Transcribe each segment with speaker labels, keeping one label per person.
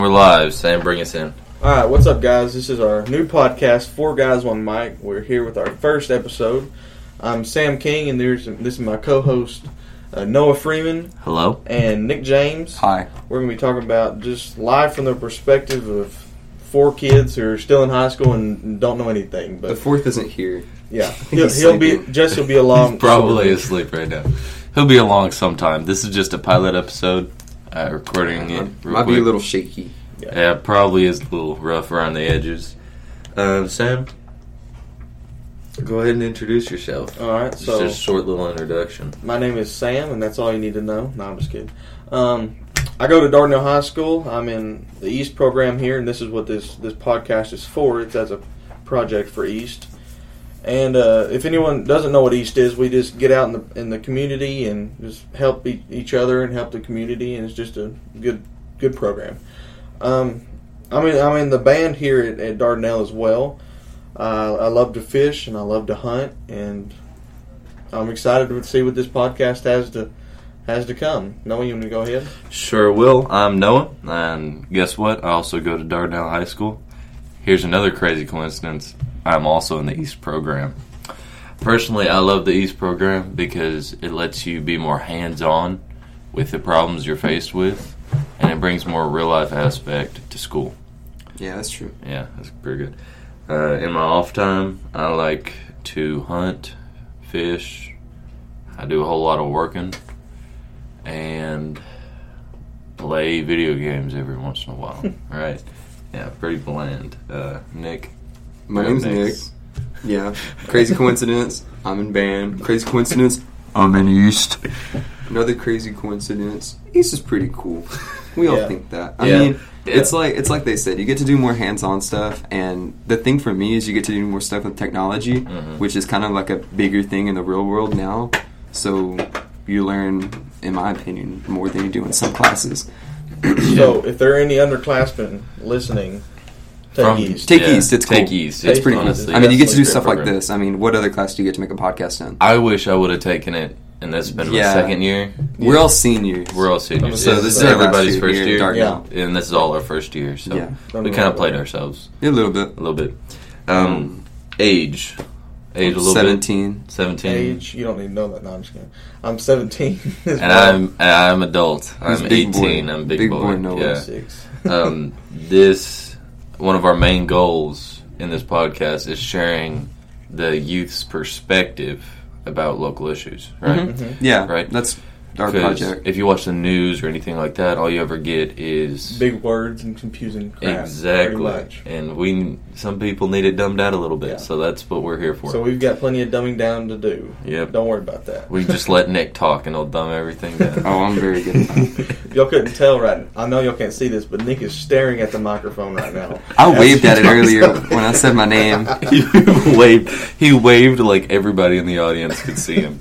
Speaker 1: We're live. Sam, bring us in.
Speaker 2: All right, what's up, guys? This is our new podcast, Four Guys One Mic. We're here with our first episode. I'm Sam King, and there's this is my co-host uh, Noah Freeman
Speaker 1: Hello.
Speaker 2: and Nick James.
Speaker 3: Hi.
Speaker 2: We're going to be talking about just live from the perspective of four kids who are still in high school and don't know anything.
Speaker 3: The
Speaker 2: But
Speaker 3: fourth isn't here.
Speaker 2: yeah,
Speaker 3: think
Speaker 2: he'll,
Speaker 3: he's
Speaker 2: he'll be
Speaker 3: sleeping.
Speaker 2: Jesse will be along.
Speaker 1: Probably asleep right now. He'll be along sometime. This is just a pilot episode. Uh, recording it.
Speaker 3: Might
Speaker 1: real
Speaker 3: be a
Speaker 1: quick.
Speaker 3: little shaky.
Speaker 1: Yeah, probably is a little rough around the edges. Um, Sam, go ahead and introduce yourself.
Speaker 2: All right,
Speaker 1: Just
Speaker 2: so
Speaker 1: a short little introduction.
Speaker 2: My name is Sam, and that's all you need to know. No, I'm just kidding. Um, I go to Dardanelle High School. I'm in the East program here, and this is what this this podcast is for. It's as a project for East. And uh, if anyone doesn't know what East is, we just get out in the in the community and just help e- each other and help the community, and it's just a good good program. Um, I'm in I'm in the band here at, at Dardanelle as well. Uh, I love to fish and I love to hunt, and I'm excited to see what this podcast has to has to come. Noah, you want to go ahead?
Speaker 1: Sure will. I'm Noah, and guess what? I also go to Dardanelle High School. Here's another crazy coincidence. I'm also in the East program. Personally, I love the East program because it lets you be more hands-on with the problems you're faced with, and it brings more real-life aspect to school.
Speaker 3: Yeah, that's true.
Speaker 1: Yeah, that's pretty good. Uh, in my off time, I like to hunt, fish. I do a whole lot of working and play video games every once in a while. right? Yeah, pretty bland. Uh, Nick.
Speaker 3: My
Speaker 1: you're up
Speaker 3: name's
Speaker 1: next.
Speaker 3: Nick. Yeah. Crazy coincidence. I'm in band. Crazy coincidence. I'm in East. Another crazy coincidence. East is pretty cool. We all
Speaker 2: Yeah.
Speaker 3: think that. I
Speaker 1: Yeah.
Speaker 3: mean, it's
Speaker 1: Yeah.
Speaker 3: like it's like they said. You get to do more hands-on stuff, and the thing for me is you get to do more stuff with technology, which is kind of like a bigger thing in the real world now. So you learn, in my opinion, more than you do in some classes.
Speaker 2: So, if there are any underclassmen listening, take
Speaker 1: From-
Speaker 2: East.
Speaker 3: Take
Speaker 1: Yeah,
Speaker 3: East. It's
Speaker 1: take
Speaker 3: cool.
Speaker 1: East,
Speaker 3: It's
Speaker 2: yeah,
Speaker 3: pretty
Speaker 2: honestly,
Speaker 3: cool. I mean, you get to do
Speaker 1: that's
Speaker 3: stuff
Speaker 1: a great
Speaker 3: like
Speaker 1: program.
Speaker 3: this. I mean, what other class do you get to make a podcast in?
Speaker 1: I wish I would have taken it, and that's been my
Speaker 3: Yeah.
Speaker 1: second year.
Speaker 3: We're all seniors.
Speaker 1: We're all seniors.
Speaker 2: So this is our
Speaker 1: everybody's
Speaker 3: last
Speaker 1: first
Speaker 3: year
Speaker 1: year,
Speaker 3: here at
Speaker 2: Dartmouth.
Speaker 1: and this is all our first year. So
Speaker 3: Yeah.
Speaker 1: we kind of played ourselves
Speaker 3: a little bit.
Speaker 1: a little bit. Um, age, age a little bit.
Speaker 3: Seventeen.
Speaker 1: 17
Speaker 2: Age, you don't need to know that. No, I'm just kidding. I'm 17. This
Speaker 1: and I'm and I'm adult
Speaker 3: He's
Speaker 1: I'm
Speaker 3: big boy.
Speaker 1: 18 I'm big,
Speaker 3: Big
Speaker 1: boy,
Speaker 3: boy, no
Speaker 1: yeah
Speaker 3: less.
Speaker 2: six.
Speaker 1: um, this one of our main goals in this podcast is sharing the youth's perspective about local issues right
Speaker 3: Yeah,
Speaker 1: Right.
Speaker 3: That's Mm-hmm. our
Speaker 1: 'Cause
Speaker 3: project.
Speaker 1: if you watch the news or anything like that all you ever get is
Speaker 2: Big words and confusing crap.
Speaker 1: exactly
Speaker 2: pretty much.
Speaker 1: and we some people need it dumbed down a little bit
Speaker 2: Yeah.
Speaker 1: so that's what we're here for
Speaker 2: So we've got plenty of dumbing down to do.
Speaker 1: Yep.
Speaker 2: Don't worry about that.
Speaker 1: we just let Nick talk and he'll dumb everything down
Speaker 3: Oh, I'm very good. at that.
Speaker 2: Y'all couldn't tell right. I know y'all can't see this, but Nick is staring at the microphone right now.
Speaker 3: I waved at it earlier when I said my name.
Speaker 1: he waved. He waved like everybody in the audience could see him.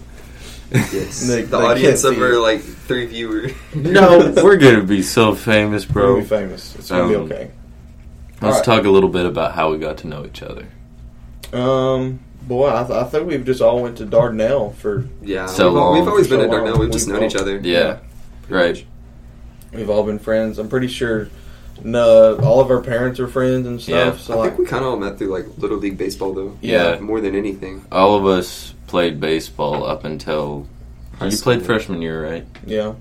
Speaker 3: Yes.
Speaker 2: Nick, The they audience can't of see our, it.
Speaker 3: like three viewers.
Speaker 1: No, we're gonna be so famous,
Speaker 2: We'll
Speaker 1: bro.
Speaker 2: be famous. It's gonna
Speaker 1: Um,
Speaker 2: be okay.
Speaker 1: Let's
Speaker 2: Alright.
Speaker 1: talk a little bit about how we got to know each other.
Speaker 2: Um, boy, I, th- I think we've just all went to Dardanelle for.
Speaker 3: Yeah.
Speaker 1: So
Speaker 3: we've, al-
Speaker 1: long.
Speaker 3: we've always been
Speaker 2: So
Speaker 3: at Dartnell. We've
Speaker 2: long.
Speaker 3: just
Speaker 2: We've
Speaker 3: known
Speaker 2: all-
Speaker 3: each other.
Speaker 1: Yeah, right.
Speaker 2: We've all been friends. I'm pretty sure. No, all of our parents are friends and stuff.
Speaker 1: Yeah.
Speaker 2: So
Speaker 3: I
Speaker 2: like,
Speaker 3: think we kind of all met through like little league baseball though.
Speaker 1: Yeah.
Speaker 3: More than anything.
Speaker 1: All of us played baseball up until
Speaker 3: High
Speaker 1: you
Speaker 3: school.
Speaker 1: played freshman year, right?
Speaker 2: yeah,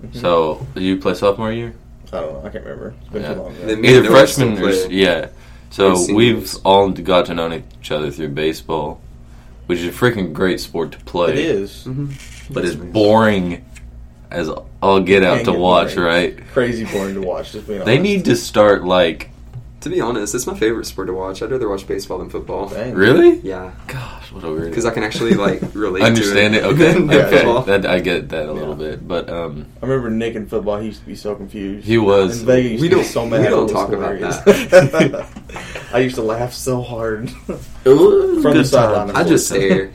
Speaker 2: Mm-hmm.
Speaker 1: So you play sophomore year,
Speaker 2: I don't know. I can't remember. It's been
Speaker 1: Yeah.
Speaker 2: too long. ago.
Speaker 3: Then me and
Speaker 1: either
Speaker 3: Noah
Speaker 1: freshman
Speaker 3: still
Speaker 1: or
Speaker 3: play.
Speaker 1: s- yeah. So
Speaker 3: We're
Speaker 1: we've
Speaker 3: seniors.
Speaker 1: all got to know each other through baseball, which is a freaking great sport to play.
Speaker 2: It is
Speaker 3: Mm-hmm.
Speaker 1: but it's boring as all get out
Speaker 2: Dang
Speaker 1: to
Speaker 2: it,
Speaker 1: watch,
Speaker 2: boring.
Speaker 1: right?
Speaker 2: crazy boring to watch. Just
Speaker 3: Oh,
Speaker 2: being
Speaker 1: They
Speaker 2: honest.
Speaker 1: need to start like
Speaker 3: To be honest, it's my favorite sport to watch. I'd rather watch baseball than football.
Speaker 2: Dang.
Speaker 1: really.
Speaker 3: Yeah.
Speaker 1: Gosh, gosh, what a weird.
Speaker 3: because I can actually like relate.
Speaker 1: understand
Speaker 3: to
Speaker 1: it.
Speaker 3: it.
Speaker 1: Okay,
Speaker 3: than
Speaker 2: Yeah.
Speaker 3: football.
Speaker 1: okay. That, I get that a little bit, but um,
Speaker 2: I remember Nick in football. He used to be so confused.
Speaker 1: He was.
Speaker 2: In Vegas, he used
Speaker 3: We
Speaker 2: to be
Speaker 3: don't-
Speaker 2: so mad.
Speaker 3: we
Speaker 2: It
Speaker 3: don't
Speaker 2: was
Speaker 3: talk about
Speaker 2: hilarious.
Speaker 3: that.
Speaker 2: I used to laugh so hard.
Speaker 1: Good
Speaker 2: From the
Speaker 1: time.
Speaker 2: sideline.
Speaker 3: I just stare.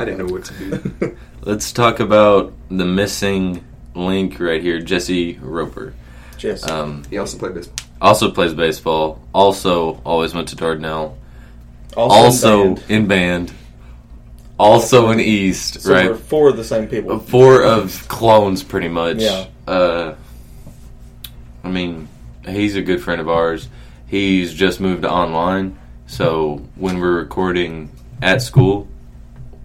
Speaker 3: I didn't know what to do.
Speaker 1: Let's talk about the missing link right here, Jesse Roper.
Speaker 2: Jesse.
Speaker 1: Um,
Speaker 3: He also played baseball.
Speaker 1: also plays baseball. Also, always went to Dardanelle.
Speaker 2: also,
Speaker 1: Also
Speaker 2: banned.
Speaker 1: in band. Also in East.
Speaker 2: so
Speaker 1: right. Uh, Oh.
Speaker 2: we're four of the same people.
Speaker 1: four of clones, pretty much.
Speaker 2: Yeah.
Speaker 1: Uh, I mean, he's a good friend of ours. He's just moved online, so when we're recording at school,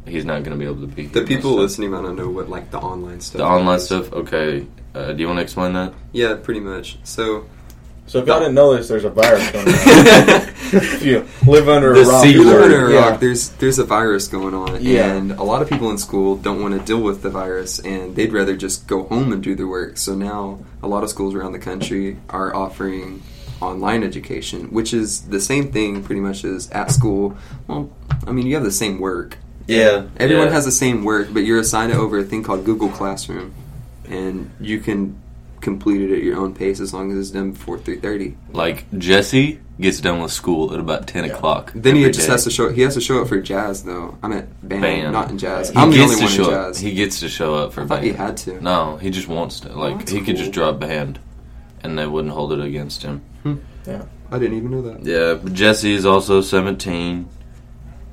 Speaker 1: he's not going to be able to be.
Speaker 3: The
Speaker 1: here.
Speaker 3: people
Speaker 1: So-
Speaker 3: listening might not know what like the online stuff.
Speaker 1: the online
Speaker 3: is.
Speaker 1: stuff. Okay, uh, do you want to explain that?
Speaker 3: Yeah, pretty much. So
Speaker 2: So if y'all didn't know this, there's a virus going on.
Speaker 3: if
Speaker 2: if you live under
Speaker 1: The
Speaker 2: a rock,
Speaker 1: sea
Speaker 2: you're-
Speaker 3: you live
Speaker 1: word.
Speaker 3: under a
Speaker 2: yeah.
Speaker 3: rock, there's there's a virus going on,
Speaker 2: Yeah.
Speaker 3: and a lot of people in school don't want to deal with the virus, and they'd rather just go home and do their work. So now a lot of schools around the country are offering online education, which is the same thing pretty much as at school. Well, I mean, you have the same work.
Speaker 1: Yeah,
Speaker 3: Everyone has the same work, but you're assigned it over a thing called Google Classroom, and you can complete it at your own pace as long as it's done before three thirty.
Speaker 1: like Jesse gets done with school at about ten o'clock.
Speaker 3: Then he
Speaker 1: every
Speaker 3: just
Speaker 1: day.
Speaker 3: has to show. He has to show up for jazz though. I'm at band,
Speaker 1: Band.
Speaker 3: not in jazz.
Speaker 2: He
Speaker 1: He
Speaker 3: I'm the
Speaker 1: gets
Speaker 3: only
Speaker 1: to
Speaker 3: one in
Speaker 1: show up.
Speaker 3: jazz.
Speaker 1: He gets to show up for
Speaker 3: I thought he
Speaker 1: band.
Speaker 3: had to.
Speaker 1: No, he just wants to. Like
Speaker 3: that's
Speaker 1: he could just
Speaker 3: cool.
Speaker 1: drop band, and they wouldn't hold it against him.
Speaker 3: I didn't even know that.
Speaker 1: Yeah, but Jesse is also 17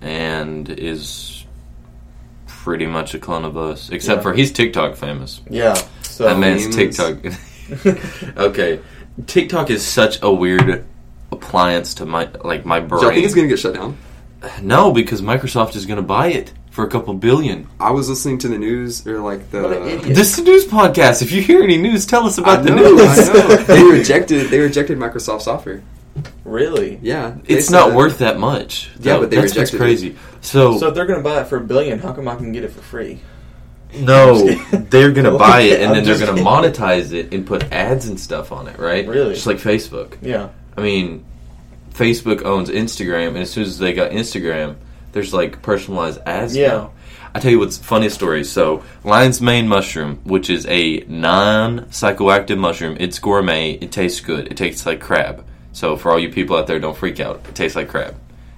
Speaker 1: and is pretty much a clone of us, except
Speaker 2: Yeah.
Speaker 1: for he's TikTok famous.
Speaker 2: Yeah. So
Speaker 1: that man's
Speaker 3: memes.
Speaker 1: TikTok. okay, TikTok is such a weird appliance to my like my
Speaker 3: Do y'all
Speaker 1: brain.
Speaker 3: think it's gonna get shut down?
Speaker 1: no, because Microsoft is going to buy it for a couple billion.
Speaker 3: I was listening to the news or like the.
Speaker 2: What an idiot.
Speaker 1: This is a news podcast. If you hear any news, tell us
Speaker 3: I
Speaker 1: about the
Speaker 3: know,
Speaker 1: news.
Speaker 3: I know. They rejected. They rejected Microsoft's offer.
Speaker 2: really.
Speaker 3: Yeah, they
Speaker 1: It's
Speaker 3: said
Speaker 1: not
Speaker 3: that-
Speaker 1: worth that much.
Speaker 3: Yeah,
Speaker 1: Though.
Speaker 3: but they
Speaker 1: that's what's
Speaker 3: rejected it.
Speaker 1: crazy. Oh.
Speaker 2: So if they're gonna buy it for a billion, how come I can get it for free?
Speaker 1: No,
Speaker 2: I'm just kidding.
Speaker 1: they're gonna buy it and
Speaker 2: I'm
Speaker 1: then they're
Speaker 2: just
Speaker 1: gonna
Speaker 2: kidding.
Speaker 1: monetize it and put ads and stuff on it, right?
Speaker 2: Really?
Speaker 1: Just like Facebook.
Speaker 2: Yeah.
Speaker 1: I mean, Facebook owns Instagram, and as soon as they got Instagram, there's like personalized ads
Speaker 2: Yeah.
Speaker 1: now. I tell you what's funny story. So, lion's mane mushroom, which is a non-psychoactive mushroom, it's gourmet. It tastes good. It tastes like crab. So, for all you people out there, don't freak out. It tastes like crab.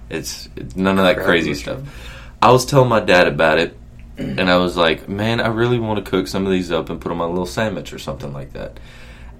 Speaker 1: It's, it's none of that
Speaker 3: Crab
Speaker 1: crazy
Speaker 3: mushroom.
Speaker 1: stuff. I was telling my dad about it, and I was like, "Man, I really want to cook some of these up and put them on a little sandwich or something like that."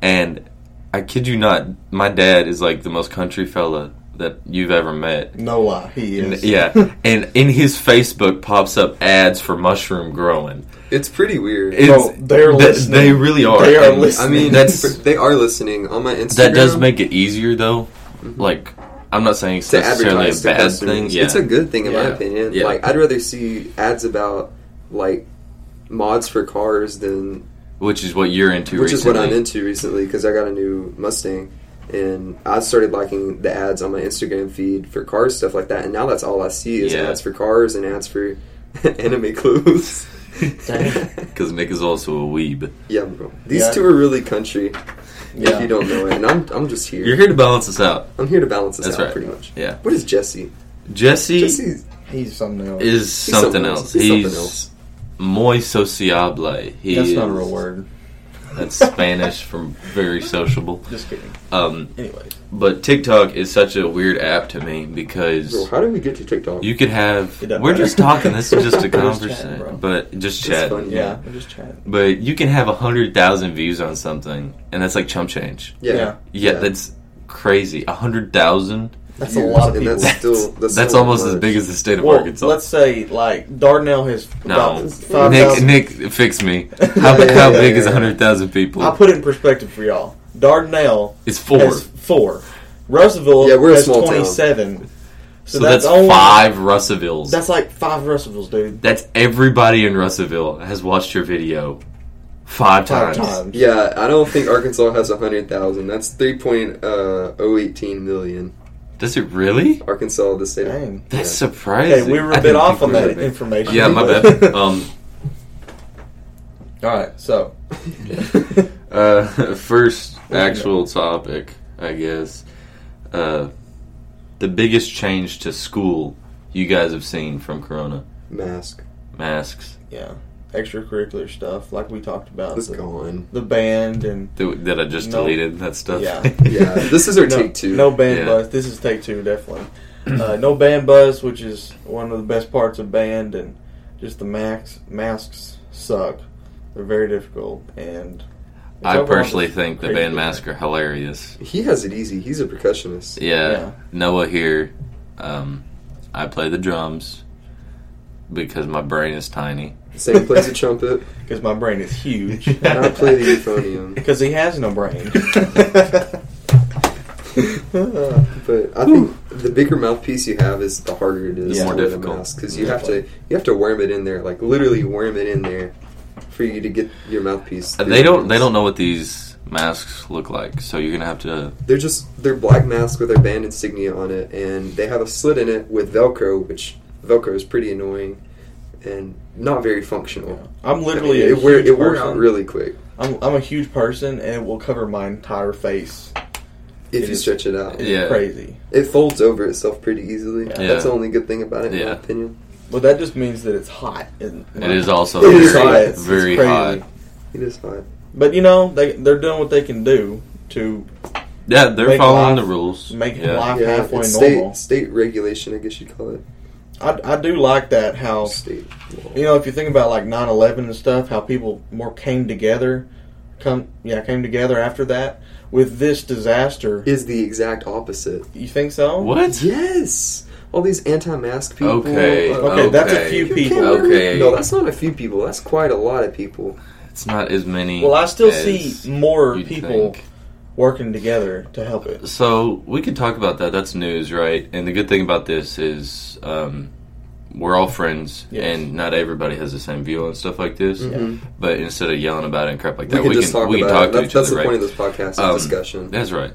Speaker 1: And I kid you not, my dad is like the most country fella that you've ever met.
Speaker 2: No lie, he
Speaker 1: And-
Speaker 2: is.
Speaker 1: yeah, and in his Facebook pops up ads for mushroom growing.
Speaker 3: It's pretty weird.
Speaker 1: It's,
Speaker 2: Bro, they're
Speaker 1: th-
Speaker 2: listening.
Speaker 1: They really are.
Speaker 2: They are
Speaker 1: And
Speaker 3: I
Speaker 2: listening.
Speaker 3: mean,
Speaker 1: that's
Speaker 3: they are listening on my Instagram. Mm-hmm.
Speaker 1: that does make it easier though. Like, I'm not saying it's
Speaker 3: to
Speaker 1: necessarily a
Speaker 3: advertise to
Speaker 1: bad
Speaker 3: customers.
Speaker 1: thing. Yeah,
Speaker 3: It's a good thing in my
Speaker 1: Yeah.
Speaker 3: opinion.
Speaker 1: Yeah.
Speaker 3: Like I'd rather see ads about like mods for cars than
Speaker 1: which is what you're into.
Speaker 3: which is what I'm
Speaker 1: recently.
Speaker 3: into recently because I got a new Mustang and I started liking the ads on my Instagram feed for cars stuff like that and now that's all I see is
Speaker 1: Yeah.
Speaker 3: ads for cars and ads for anime clothes.
Speaker 2: Dang.
Speaker 1: Because Nick is also a weeb.
Speaker 3: yeah, bro. These
Speaker 2: Yeah.
Speaker 3: two are really country
Speaker 2: Yeah.
Speaker 3: if you don't know it. And I'm I'm just here.
Speaker 1: You're here to balance us out.
Speaker 3: I'm here to balance this
Speaker 1: That's
Speaker 3: out
Speaker 1: right.
Speaker 3: pretty much.
Speaker 1: Yeah.
Speaker 3: What is Jesse?
Speaker 1: Jesse,
Speaker 3: Jesse's
Speaker 2: he's something else.
Speaker 1: is something,
Speaker 3: something
Speaker 1: else.
Speaker 3: else. He's something
Speaker 1: He's
Speaker 3: else.
Speaker 1: muy sociable. He
Speaker 2: that's
Speaker 1: is,
Speaker 2: not a real word.
Speaker 1: That's Spanish from very sociable.
Speaker 2: Just kidding.
Speaker 1: Um,
Speaker 2: Anyways,
Speaker 1: but TikTok is such a weird app to me
Speaker 3: Bro,
Speaker 1: because
Speaker 3: how did we get to TikTok?
Speaker 1: you could have.
Speaker 2: It doesn't
Speaker 1: We're
Speaker 2: matter.
Speaker 1: just talking. This is just a
Speaker 2: We're just chatting,
Speaker 1: conversation,
Speaker 2: bro.
Speaker 1: but just
Speaker 3: It's
Speaker 1: chat.
Speaker 3: funny.
Speaker 2: yeah, we're just chatting.
Speaker 1: But you can have a hundred thousand views on something, and that's like chump change.
Speaker 3: yeah.
Speaker 2: Yeah.
Speaker 1: Yeah,
Speaker 3: Yeah.
Speaker 1: that's crazy. A hundred thousand.
Speaker 2: That's a
Speaker 3: views,
Speaker 2: lot of
Speaker 3: and
Speaker 2: people.
Speaker 3: That's still that's,
Speaker 1: That's
Speaker 3: still
Speaker 1: almost as
Speaker 3: much.
Speaker 1: big as the state of
Speaker 2: well,
Speaker 1: Arkansas.
Speaker 2: let's say like Darnell has
Speaker 1: no,
Speaker 2: about five
Speaker 1: Nick,
Speaker 2: thousand.
Speaker 1: Nick, fix me. How,
Speaker 3: Yeah, yeah,
Speaker 1: how
Speaker 3: yeah,
Speaker 1: big
Speaker 3: yeah,
Speaker 1: is a
Speaker 3: yeah.
Speaker 1: hundred thousand people?
Speaker 2: I'll put it in perspective for y'all. Darnell
Speaker 1: It's four.
Speaker 2: has four. Russellville
Speaker 3: Yeah, we're a
Speaker 2: has
Speaker 3: small town.
Speaker 2: twenty-seven.
Speaker 1: so
Speaker 2: So,
Speaker 1: that's,
Speaker 2: only,
Speaker 1: five Russevilles. That's,
Speaker 2: That's like five Russellvilles, dude.
Speaker 1: everybody in Russellville has watched your video five,
Speaker 2: Five
Speaker 1: times.
Speaker 2: times.
Speaker 3: Yeah, I don't think Arkansas has hundred thousand. That's three point
Speaker 4: uh,
Speaker 3: oh eighteen million.
Speaker 1: Does it really?
Speaker 3: Arkansas, the state.
Speaker 2: Dang.
Speaker 1: That's
Speaker 3: Yeah.
Speaker 1: surprising.
Speaker 2: Okay, we were
Speaker 1: I
Speaker 2: a bit
Speaker 1: didn't
Speaker 2: off
Speaker 1: think
Speaker 2: on
Speaker 1: we
Speaker 2: that
Speaker 1: were big.
Speaker 2: information.
Speaker 1: Yeah, my bad. Um,
Speaker 2: All right, so
Speaker 1: uh, first actual topic, I guess. Uh, the biggest change to school you guys have seen from Corona?
Speaker 4: Mask
Speaker 1: Masks.
Speaker 2: Yeah, extracurricular stuff like we talked about
Speaker 4: is
Speaker 2: the,
Speaker 4: gone.
Speaker 2: the band and
Speaker 1: That that I just
Speaker 2: No.
Speaker 1: deleted that stuff.
Speaker 2: Yeah.
Speaker 4: Yeah, this is our
Speaker 2: no,
Speaker 4: take two.
Speaker 2: No band
Speaker 1: Yeah.
Speaker 2: buzz. This is take two, definitely. Uh, no band buzz, which is one of the best parts of band, and just the max masks suck. They're very difficult, and it's
Speaker 1: I
Speaker 2: overall
Speaker 1: personally
Speaker 2: just
Speaker 1: think the
Speaker 2: crazy.
Speaker 1: band masks are hilarious.
Speaker 4: He has it easy. He's a percussionist.
Speaker 1: Yeah,
Speaker 2: Yeah.
Speaker 1: Noah here. Um, I play the drums because my brain is tiny.
Speaker 4: Sam plays the trumpet,
Speaker 2: because my brain is huge.
Speaker 4: and I play the euphonium.
Speaker 2: Because he has no brain.
Speaker 4: But I think the bigger mouthpiece you have is the harder it is
Speaker 1: Yeah.
Speaker 4: to
Speaker 1: More
Speaker 4: wear the
Speaker 1: difficult.
Speaker 4: mask because you have to you have to worm it in there, like literally worm it in there for you to get your mouthpiece. through
Speaker 1: Uh, They
Speaker 4: the
Speaker 1: don't. They
Speaker 4: mask.
Speaker 1: don't know what these masks look like, so you're gonna have to.
Speaker 4: They're just they're black masks with their band insignia on it, and they have a slit in it with Velcro, which Velcro is pretty annoying and not very functional.
Speaker 2: I'm
Speaker 4: I mean,
Speaker 2: literally a
Speaker 4: it, wear,
Speaker 2: huge
Speaker 4: it wore out
Speaker 2: person.
Speaker 4: really quick
Speaker 2: I'm, I'm a huge person, and it will cover my entire face.
Speaker 4: if
Speaker 2: It
Speaker 4: you
Speaker 2: is-
Speaker 4: stretch it out.
Speaker 2: It's
Speaker 1: Yeah.
Speaker 2: crazy.
Speaker 4: It folds over itself pretty easily.
Speaker 2: Yeah.
Speaker 4: That's the only good thing about it, in my
Speaker 1: Yeah.
Speaker 4: opinion.
Speaker 2: But that just means that it's hot. and-
Speaker 1: It is also
Speaker 4: It is hot.
Speaker 1: very,
Speaker 4: It's
Speaker 1: very
Speaker 2: crazy.
Speaker 1: hot.
Speaker 4: It is fine.
Speaker 2: But you know, they they're doing what they can do to
Speaker 1: Yeah, they're
Speaker 2: Make
Speaker 1: following
Speaker 2: life-
Speaker 1: the rules.
Speaker 2: make
Speaker 1: yeah.
Speaker 2: life
Speaker 4: Yeah,
Speaker 2: halfway
Speaker 4: it's
Speaker 2: normal.
Speaker 4: state, state regulation, I guess you'd call it.
Speaker 2: I, I do like that how
Speaker 4: State law.
Speaker 2: you know if you think about like 9-11 and stuff, how people more came together, come yeah came together after that. With this disaster,
Speaker 4: Is the exact opposite.
Speaker 2: you think so?
Speaker 1: What?
Speaker 4: Yes! All these anti mask people.
Speaker 1: Okay,
Speaker 4: uh,
Speaker 2: Okay, that's a few
Speaker 4: you can't
Speaker 2: people.
Speaker 4: really-
Speaker 1: Okay.
Speaker 4: No, that's not a few people. That's quite a lot of people.
Speaker 1: It's not as many.
Speaker 2: Well, I still
Speaker 1: as
Speaker 2: see more
Speaker 1: you'd
Speaker 2: people
Speaker 1: think.
Speaker 2: working together to help it.
Speaker 1: So we could talk about that. That's news, right? And the good thing about this is um, we're all friends,
Speaker 2: Yes. Mm-hmm.
Speaker 1: and not everybody has the same view on stuff like this. But instead of yelling about it and crap like
Speaker 4: We
Speaker 1: that,
Speaker 4: can
Speaker 1: we can,
Speaker 4: just talk
Speaker 1: we can
Speaker 4: about
Speaker 1: talk
Speaker 4: it.
Speaker 1: to
Speaker 4: That's,
Speaker 1: each
Speaker 4: that's
Speaker 1: other.
Speaker 4: the point
Speaker 1: right?
Speaker 4: of this podcast is
Speaker 1: Um,
Speaker 4: discussion.
Speaker 1: That's right.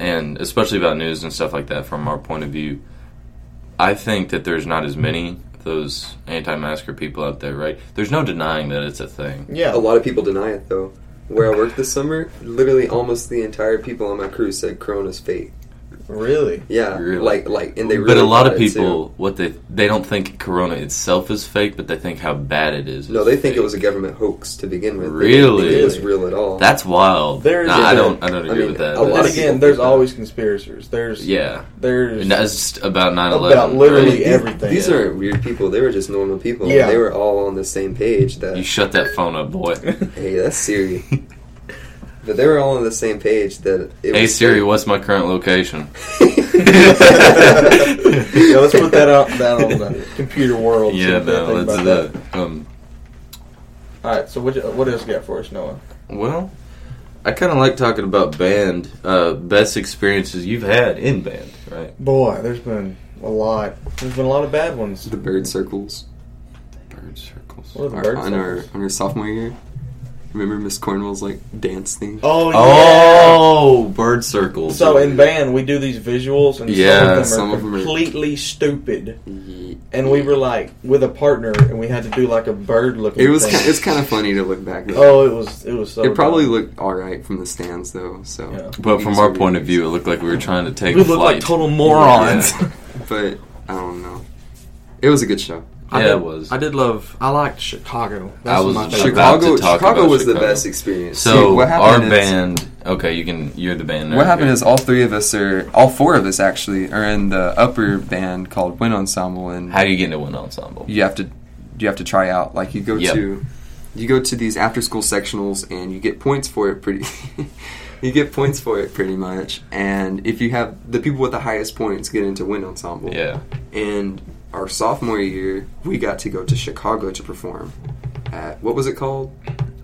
Speaker 1: And especially about news and stuff like that from our point of view. I think that there's not as many of those anti-masker people out there, right? There's no denying that it's a thing.
Speaker 2: Yeah,
Speaker 4: A lot of people deny it, though. Where I worked this summer, literally almost the entire people on my crew said Corona's fake.
Speaker 2: really.
Speaker 4: Yeah,
Speaker 1: Really?
Speaker 4: like like, and they. Really
Speaker 1: but a lot
Speaker 4: thought
Speaker 1: of
Speaker 4: it, too.
Speaker 1: people, what they they don't think Corona itself is fake, but they think how bad it is.
Speaker 4: No,
Speaker 1: is
Speaker 4: they think it
Speaker 1: fake.
Speaker 4: was a government hoax to begin with. They didn't think
Speaker 1: Really?
Speaker 4: it was real at all.
Speaker 1: That's wild.
Speaker 2: There's-
Speaker 1: Nah, I don't. I don't
Speaker 4: I
Speaker 1: agree
Speaker 4: mean,
Speaker 1: with that.
Speaker 4: a lot
Speaker 2: And
Speaker 4: of people
Speaker 2: again, there's
Speaker 4: think that.
Speaker 2: always conspiracies. There's
Speaker 1: yeah,
Speaker 2: there's
Speaker 1: and that's just about 9-11.
Speaker 2: About literally
Speaker 1: right?
Speaker 4: these,
Speaker 2: everything.
Speaker 4: These aren't weird people. They were just normal people.
Speaker 2: Yeah.
Speaker 4: they were all on the same page. That
Speaker 1: You shut that phone up, boy.
Speaker 4: hey, that's Siri. but they were all on the same page. That it
Speaker 1: hey
Speaker 4: was
Speaker 1: Siri, what's my current location?
Speaker 2: yeah, let's put that out that on the computer world. see
Speaker 1: Yeah,
Speaker 2: what they
Speaker 1: no,
Speaker 2: think
Speaker 1: let's do
Speaker 2: about
Speaker 1: that. Um,
Speaker 2: All right, so what you- what else you got for us, Noah?
Speaker 1: well, I kind of like talking about band. Uh, best experiences you've had in band, right?
Speaker 2: Boy, there's been a lot. There's been a lot of bad ones.
Speaker 3: The bird circles
Speaker 1: Bird circles.
Speaker 2: What are the
Speaker 3: Our-
Speaker 2: bird
Speaker 3: on our
Speaker 2: songs?
Speaker 3: on our sophomore year. Remember Miss Cornwell's like dance thing?
Speaker 2: Oh, yeah.
Speaker 1: Oh, bird circles.
Speaker 2: So in band, we do these visuals, and
Speaker 1: Yeah,
Speaker 2: some
Speaker 3: some
Speaker 2: of
Speaker 3: of
Speaker 2: them
Speaker 3: 'em
Speaker 2: are
Speaker 3: are-
Speaker 2: completely stupid.
Speaker 3: Ye-
Speaker 2: And we were like with a partner, and we had to do like a bird looking.
Speaker 3: It was
Speaker 2: Thing.
Speaker 3: it's kind of funny to look back. at.
Speaker 2: oh, it was it was so.
Speaker 3: it probably
Speaker 2: dumb.
Speaker 3: looked all right from the stands though. So,
Speaker 2: Yeah.
Speaker 1: But from our point of view, it looked like we were trying to take
Speaker 2: we looked
Speaker 1: flight.
Speaker 2: like total morons.
Speaker 1: Yeah.
Speaker 3: but I don't know. It was a good show.
Speaker 1: Yeah,
Speaker 2: I did-
Speaker 1: it was.
Speaker 2: I did love. I liked Chicago. That's
Speaker 1: I was
Speaker 2: my
Speaker 1: about
Speaker 2: favorite.
Speaker 1: About
Speaker 3: Chicago,
Speaker 1: to talk
Speaker 3: Chicago
Speaker 1: about
Speaker 3: was the
Speaker 1: Chicago.
Speaker 3: best experience.
Speaker 1: So
Speaker 3: See, what
Speaker 1: our
Speaker 3: happened is-
Speaker 1: band. Okay, you can. You're the band.
Speaker 3: What happened is all three of us are, all four of us actually, are in the upper band called Wind Ensemble, and
Speaker 1: How do you get into one ensemble?
Speaker 3: you have to you have to try out. Like you go
Speaker 1: Yep.
Speaker 3: to you go to these after school sectionals, and you get points for it. Pretty you get points for it pretty much. And if you have the people with the highest points get into Wind Ensemble.
Speaker 1: Yeah.
Speaker 3: And our sophomore year, we got to go to Chicago to perform at what was it called?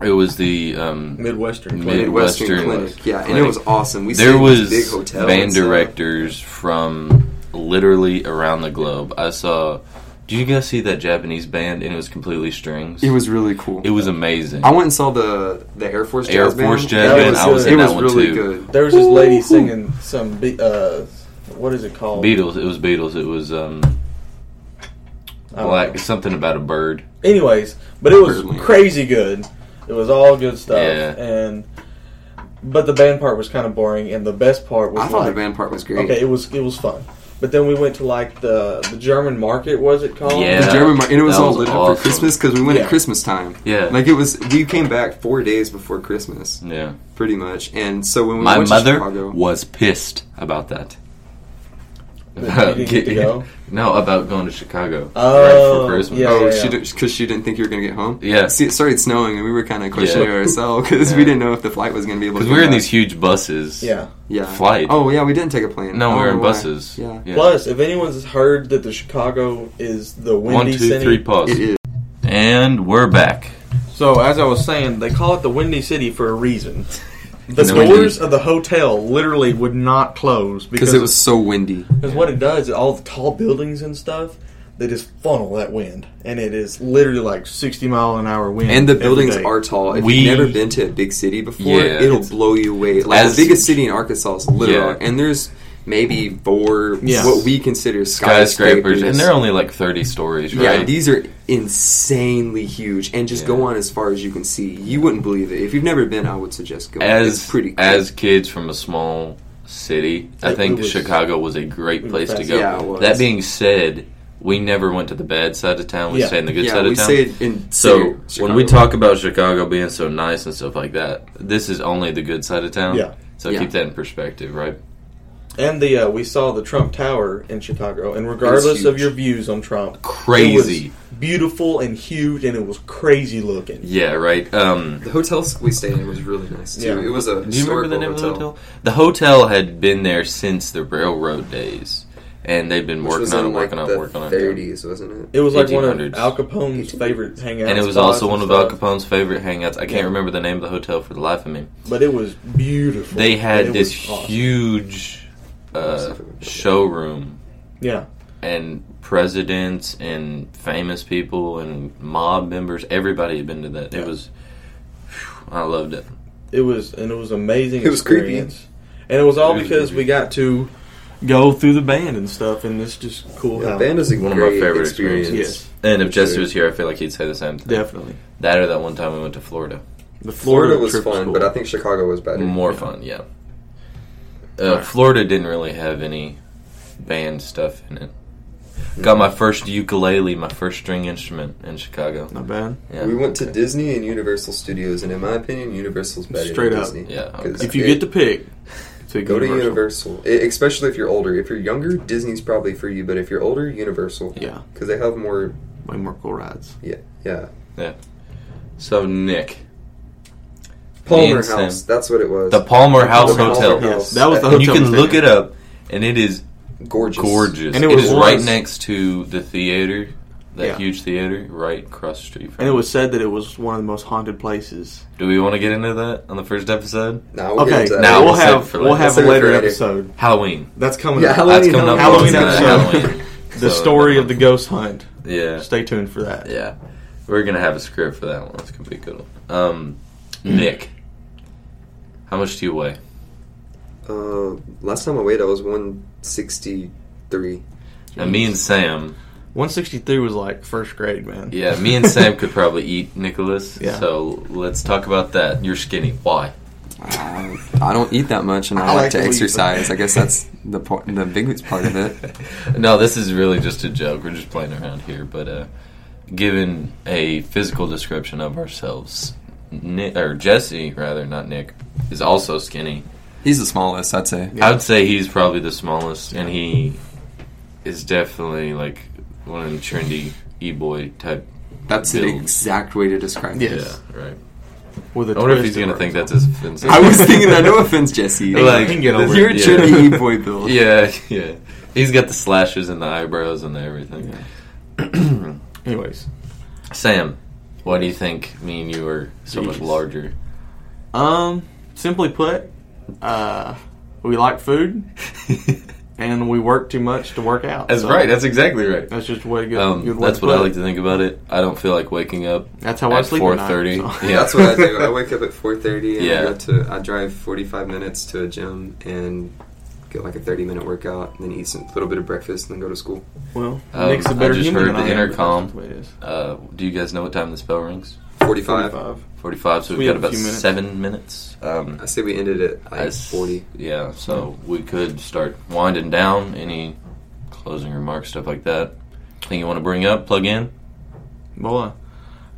Speaker 1: It was the um,
Speaker 2: Midwestern.
Speaker 1: Mid- Midwestern
Speaker 3: Clinic. Yeah, and it
Speaker 1: Clinic.
Speaker 3: was awesome. We
Speaker 1: there
Speaker 3: stayed in this
Speaker 1: was
Speaker 3: big hotel and
Speaker 1: band
Speaker 3: stuff.
Speaker 1: directors from literally around the globe. I saw. Did you guys see that Japanese band? And it was completely strings.
Speaker 3: It was really cool.
Speaker 1: It was amazing.
Speaker 3: I went and saw the the Air Force
Speaker 1: Air
Speaker 3: Jazz Band.
Speaker 1: Force Jazz
Speaker 2: Band, I was
Speaker 3: it
Speaker 2: in
Speaker 3: was
Speaker 1: that one
Speaker 3: really
Speaker 1: too.
Speaker 3: good.
Speaker 2: There was this lady singing some. Be- uh, what is it called?
Speaker 1: Beatles. It was Beatles. It was um,
Speaker 2: I don't know.
Speaker 1: like something about a bird.
Speaker 2: anyways, but it was
Speaker 3: Birdland.
Speaker 2: crazy good. It was all good stuff,
Speaker 1: Yeah.
Speaker 2: and but the band part was kind of boring, and the best part was
Speaker 3: I thought
Speaker 2: like,
Speaker 3: the band part was great.
Speaker 2: okay, it was it was fun. But then we went to like the the German market. Was it called?
Speaker 1: Yeah.
Speaker 3: The German market, and it was
Speaker 1: That
Speaker 3: all
Speaker 1: was
Speaker 3: lit up
Speaker 1: awesome.
Speaker 3: for Christmas because we went
Speaker 2: Yeah.
Speaker 3: at Christmas time.
Speaker 1: Yeah.
Speaker 3: like it was. We came back
Speaker 4: back four days before Christmas,
Speaker 1: Yeah.
Speaker 3: pretty much, and so when we
Speaker 1: My
Speaker 3: went
Speaker 1: mother
Speaker 3: to Chicago,
Speaker 1: was pissed about that.
Speaker 2: That you didn't get to go?
Speaker 1: No, about going to Chicago
Speaker 2: Oh,
Speaker 1: right for Christmas.
Speaker 2: yeah.
Speaker 3: oh, she because she didn't think you were gonna get home.
Speaker 1: Yeah.
Speaker 3: see, it started snowing, and we were kind of questioning
Speaker 1: Yeah.
Speaker 3: ourselves because
Speaker 1: Yeah.
Speaker 3: we didn't know if the flight was gonna be able. to
Speaker 1: Because
Speaker 3: come
Speaker 1: we were in
Speaker 3: back.
Speaker 1: these huge buses.
Speaker 2: Yeah.
Speaker 3: yeah
Speaker 1: flight.
Speaker 3: Oh yeah, we didn't take a plane.
Speaker 1: No,
Speaker 3: I
Speaker 1: we were
Speaker 2: Oh,
Speaker 3: don't
Speaker 1: in
Speaker 3: know why.
Speaker 1: buses.
Speaker 3: Yeah.
Speaker 2: Plus, if anyone's heard that the Chicago is the windy
Speaker 1: One, two,
Speaker 2: city,
Speaker 1: three, pause.
Speaker 3: It is.
Speaker 1: And we're back.
Speaker 2: So as I was saying, they call it the Windy City for a reason. The
Speaker 1: No,
Speaker 2: doors of the hotel literally would not close
Speaker 3: because it was so windy.
Speaker 2: because what it does is all the tall buildings and stuff they just funnel that wind and it is literally like sixty mile an hour wind.
Speaker 3: And the
Speaker 2: every
Speaker 3: buildings
Speaker 2: day.
Speaker 3: are tall. If
Speaker 1: We-
Speaker 3: you've never been to a big city before,
Speaker 1: Yeah.
Speaker 3: it'll blow you away. Like
Speaker 1: As-
Speaker 3: the biggest city in Arkansas is Little
Speaker 1: Yeah.
Speaker 3: Rock, and there's maybe four
Speaker 2: Yeah.
Speaker 3: what we consider skyscrapers,
Speaker 1: Skyscrapers, and they're only like 30 stories,
Speaker 3: yeah,
Speaker 1: right?
Speaker 3: these are insanely huge, and just
Speaker 1: Yeah.
Speaker 3: go on as far as you can see. You wouldn't believe it if you've never been. I would suggest going.
Speaker 1: as
Speaker 3: it's pretty cool.
Speaker 1: as kids from a small city, I
Speaker 2: It-
Speaker 1: think
Speaker 2: it was-
Speaker 1: Chicago was a great
Speaker 2: was
Speaker 1: place to
Speaker 2: fast.
Speaker 1: go.
Speaker 3: Yeah, it was.
Speaker 1: That being said, we never went to the bad side of town. We
Speaker 2: Yeah.
Speaker 1: stayed in the good
Speaker 3: yeah,
Speaker 1: side
Speaker 3: we
Speaker 1: of town.
Speaker 3: stayed in
Speaker 1: so when we
Speaker 3: Chicago.
Speaker 1: talk about Chicago being so nice and stuff like that, this is only the good side of town.
Speaker 2: Yeah.
Speaker 1: So
Speaker 3: Yeah.
Speaker 1: keep that in perspective, right?
Speaker 2: and the uh, we saw the Trump Tower in Chicago, and regardless of
Speaker 3: huge.
Speaker 2: your views on Trump,
Speaker 1: Crazy.
Speaker 2: it was beautiful and huge, and it was crazy looking.
Speaker 1: Yeah, right. Um,
Speaker 3: the hotel we stayed in was really nice too.
Speaker 2: Yeah.
Speaker 3: It was a
Speaker 1: Do you remember the name
Speaker 3: historical
Speaker 1: of the hotel? The hotel had been there since the railroad days, and they've been
Speaker 4: which
Speaker 1: working
Speaker 4: was
Speaker 1: on it,
Speaker 4: in like
Speaker 1: working on
Speaker 4: the
Speaker 1: it, working on it.
Speaker 4: 30s, wasn't it?
Speaker 2: It was like one of
Speaker 1: 1800s.
Speaker 2: Al Capone's favorite hangouts,
Speaker 1: And it was
Speaker 2: spots
Speaker 1: also one
Speaker 2: and
Speaker 1: of Al
Speaker 2: stuff.
Speaker 1: Capone's favorite hangouts. I can't
Speaker 2: Yeah.
Speaker 1: remember the name of the hotel for the life of me.
Speaker 2: But it was beautiful.
Speaker 1: They had
Speaker 2: It
Speaker 1: this
Speaker 2: was awesome.
Speaker 1: huge uh, showroom
Speaker 2: yeah.
Speaker 1: and presidents and famous people and mob members. Everybody had been to that.
Speaker 2: Yeah.
Speaker 1: It was, I loved it.
Speaker 2: It was and it was amazing.
Speaker 4: It was creepy.
Speaker 2: experience. and it was all
Speaker 1: It was
Speaker 2: because
Speaker 1: creepy.
Speaker 2: we got to go through the band and stuff, and it's just cool.
Speaker 4: Yeah,
Speaker 2: how-
Speaker 4: band is a
Speaker 1: One of my
Speaker 4: great
Speaker 1: favorite
Speaker 4: experience.
Speaker 1: experiences. And if
Speaker 4: For sure.
Speaker 1: Jesse was here, I feel like he'd say the same thing.
Speaker 2: definitely
Speaker 1: That or that one time we went to Florida.
Speaker 2: the Florida,
Speaker 4: Florida was
Speaker 2: trip
Speaker 4: fun,
Speaker 2: cool.
Speaker 4: but I think Chicago was better.
Speaker 1: More fun, yeah. Uh, Florida didn't really have any band stuff in it. Got my first ukulele, my first string instrument in Chicago.
Speaker 2: not bad.
Speaker 1: Yeah.
Speaker 4: We went to Disney and Universal Studios, and in my opinion, Universal's better
Speaker 2: Straight
Speaker 4: than
Speaker 2: up.
Speaker 4: Disney.
Speaker 1: Yeah,
Speaker 4: 'Cause
Speaker 2: If you
Speaker 4: it-
Speaker 2: get to pick, to
Speaker 4: go to Universal, E- especially if you're older. If you're younger, Disney's probably for you, but if you're older, Universal.
Speaker 2: Yeah.
Speaker 4: because they have more.
Speaker 2: way more cool rides.
Speaker 4: Yeah, yeah.
Speaker 1: Yeah. So Nick,
Speaker 4: Palmer
Speaker 1: Sam.
Speaker 4: House. That's what it was.
Speaker 1: the Palmer House
Speaker 4: Palmer
Speaker 1: Hotel.
Speaker 4: House.
Speaker 2: Yes, that was the
Speaker 4: And
Speaker 1: And
Speaker 2: hotel.
Speaker 1: you can
Speaker 2: we
Speaker 1: look
Speaker 2: stayed
Speaker 1: it up, and it is
Speaker 4: Gorgeous.
Speaker 1: gorgeous.
Speaker 2: And
Speaker 1: And
Speaker 2: it
Speaker 1: it,
Speaker 2: was
Speaker 1: is right
Speaker 2: once-
Speaker 1: next to the theater, that
Speaker 2: Yeah.
Speaker 1: huge theater, right across the street.
Speaker 2: in.
Speaker 1: From
Speaker 2: and it was said that it was one of the most haunted places.
Speaker 1: Do we want to get into that on the first episode?
Speaker 4: Now we'll get
Speaker 2: okay,
Speaker 4: into that.
Speaker 1: now
Speaker 2: now we'll
Speaker 1: we'll save it
Speaker 2: have
Speaker 1: for
Speaker 2: we'll
Speaker 1: later.
Speaker 2: have
Speaker 4: Save
Speaker 2: a
Speaker 4: it for
Speaker 2: later
Speaker 4: later.
Speaker 2: episode
Speaker 1: Halloween.
Speaker 2: that's coming.
Speaker 4: Yeah,
Speaker 2: up.
Speaker 4: Halloween,
Speaker 1: That's coming up
Speaker 2: Halloween
Speaker 1: on
Speaker 2: episode.
Speaker 1: Halloween.
Speaker 2: the
Speaker 1: So,
Speaker 2: story of the ghost hunt.
Speaker 1: Yeah.
Speaker 2: Stay tuned for that.
Speaker 1: Yeah, we're gonna have a script for that one. It's gonna be a good one. Um, Nick, how much do you weigh?
Speaker 4: Uh, last time I weighed, I was one sixty three.
Speaker 1: Now, me and Sam,
Speaker 2: 163 was like first grade, man.
Speaker 1: yeah, me and Sam could probably eat Nicholas.
Speaker 2: Yeah.
Speaker 1: So let's talk about that. You're skinny. Why?
Speaker 3: I I don't eat that much, and
Speaker 2: I
Speaker 3: I, like,
Speaker 2: like
Speaker 3: to
Speaker 2: to eat.
Speaker 3: exercise. I guess that's the part, the biggest part of it.
Speaker 1: No, this is really just a joke. We're just playing around here. But uh, given a physical description of ourselves, Nick, or Jesse rather, not Nick, is also skinny.
Speaker 3: He's the smallest, I'd say.
Speaker 1: I would say he's probably the smallest, and he is definitely like one of the trendy e boy type.
Speaker 3: That's the
Speaker 1: Build.
Speaker 3: exact way to describe
Speaker 2: Yeah.
Speaker 3: it.
Speaker 1: Yeah, right.
Speaker 2: With a
Speaker 1: I wonder if he's
Speaker 2: twist of
Speaker 1: gonna
Speaker 2: her.
Speaker 1: think that's his offensive.
Speaker 3: I was thinking that. No offense, Jesse.
Speaker 1: Like,
Speaker 2: You can get over
Speaker 3: you're a
Speaker 1: it,
Speaker 3: trendy
Speaker 1: yeah.
Speaker 3: boy build.
Speaker 1: yeah, yeah. He's got the slashes and the eyebrows and the everything.
Speaker 2: Anyways,
Speaker 1: Sam, why do you think me and you are so much
Speaker 2: Jeez.
Speaker 1: larger?
Speaker 2: um, simply put, uh, we like food and we work too much to work out.
Speaker 1: That's
Speaker 2: So
Speaker 1: right. That's exactly right.
Speaker 2: that's just way good.
Speaker 1: Um,
Speaker 2: good way
Speaker 1: that's
Speaker 2: to
Speaker 1: what I
Speaker 2: put
Speaker 1: like
Speaker 2: it.
Speaker 1: to think about it. I don't feel like waking up
Speaker 2: That's how I
Speaker 1: at
Speaker 2: sleep at night,
Speaker 1: 4:30.
Speaker 2: so.
Speaker 1: Yeah,
Speaker 4: That's what I do. I wake up at four thirty, and
Speaker 1: Yeah.
Speaker 4: I go to. I drive forty five minutes to a gym and get like a thirty minute workout, and then eat some little bit of breakfast, and then go to school.
Speaker 2: Well,
Speaker 1: Um,
Speaker 2: Nick's a
Speaker 1: I
Speaker 2: better
Speaker 1: just
Speaker 2: human
Speaker 1: heard
Speaker 2: than
Speaker 1: the
Speaker 2: I am,
Speaker 1: intercom.
Speaker 2: but that's the way it is.
Speaker 1: Uh, do you guys know what time this bell rings?
Speaker 4: Forty five.
Speaker 2: 45.
Speaker 1: 45, so we've
Speaker 2: We
Speaker 1: got
Speaker 2: have a
Speaker 1: about
Speaker 2: few minutes.
Speaker 1: seven minutes. Um,
Speaker 4: I say we ended at like
Speaker 1: as-
Speaker 4: forty.
Speaker 1: Yeah, so we could start winding down. Any closing remarks, stuff like that. Thing you want to bring up, plug in.
Speaker 2: Boy,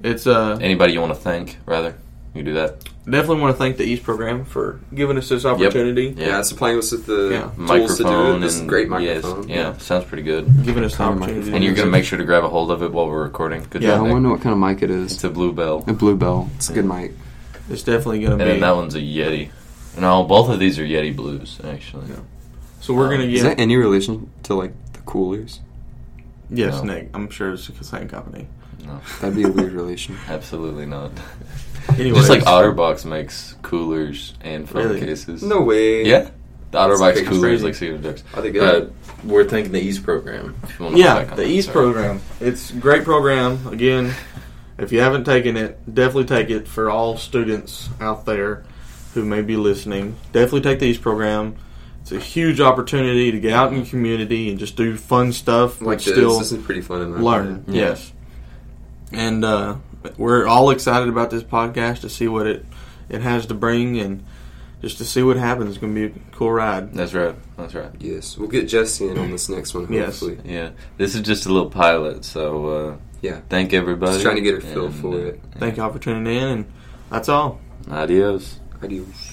Speaker 2: it's uh
Speaker 1: Anybody you want to thank, rather, you do that.
Speaker 2: definitely want to thank the East program for giving us this opportunity,
Speaker 1: Yeah.
Speaker 4: Yeah, supplying us with the
Speaker 2: Yeah.
Speaker 4: tools to do it.
Speaker 1: Microphone
Speaker 4: This
Speaker 1: and
Speaker 4: great
Speaker 1: yes,
Speaker 4: microphone.
Speaker 1: yeah, sounds pretty good.
Speaker 2: giving us the
Speaker 3: Power
Speaker 2: opportunity.
Speaker 3: microphone.
Speaker 1: And you're
Speaker 2: to-
Speaker 1: gonna make sure to grab a hold of it while we're recording. Good
Speaker 3: Yeah,
Speaker 1: job,
Speaker 3: I
Speaker 1: Nick.
Speaker 3: wonder what kind of mic it
Speaker 1: It's
Speaker 3: is.
Speaker 1: a bluebell,
Speaker 3: A bluebell. It's a good mic.
Speaker 2: It's definitely gonna
Speaker 1: and then
Speaker 2: be.
Speaker 1: that one's a Yeti. No, both of these are Yeti blues actually.
Speaker 2: so we're gonna
Speaker 3: Um, Is
Speaker 2: get
Speaker 3: that any relation to like the coolers?
Speaker 2: yes,
Speaker 1: No.
Speaker 2: Nick. I'm sure it's the same company.
Speaker 1: No,
Speaker 3: That'd be a weird relation.
Speaker 1: absolutely not.
Speaker 2: Anyways,
Speaker 1: Just like OtterBox makes coolers and phone
Speaker 2: Really?
Speaker 1: cases.
Speaker 4: No way.
Speaker 1: Yeah. The
Speaker 4: That's
Speaker 1: OtterBox
Speaker 4: freaking
Speaker 1: cooler is
Speaker 4: crazy.
Speaker 1: like Cedar Ducks.
Speaker 4: Are they good?
Speaker 1: Uh, we're thinking the East program. If you want
Speaker 2: yeah, the East program. It's a great program. Again, if you haven't taken it, definitely take it for all students out there who may be listening. Definitely take the East program. It's a huge opportunity to get out in the community and just do fun stuff,
Speaker 4: Like
Speaker 2: but
Speaker 4: this.
Speaker 2: still
Speaker 4: this is pretty fun. In my
Speaker 2: learn.
Speaker 4: opinion.
Speaker 1: Yeah.
Speaker 2: Yes, and uh, we're all excited about this podcast to see what it it has to bring and just to see what happens. It's going to be a cool ride.
Speaker 1: That's right. That's right.
Speaker 4: Yes, we'll get Jesse in on this next one.
Speaker 2: Yes.
Speaker 4: Hopefully.
Speaker 1: Yeah. This is just a little pilot, so uh,
Speaker 4: Yeah.
Speaker 1: thank everybody.
Speaker 4: Just trying to get a feel
Speaker 1: and, uh,
Speaker 4: for it.
Speaker 2: Thank y'all for tuning in, and that's all.
Speaker 1: Adios.
Speaker 4: Adios.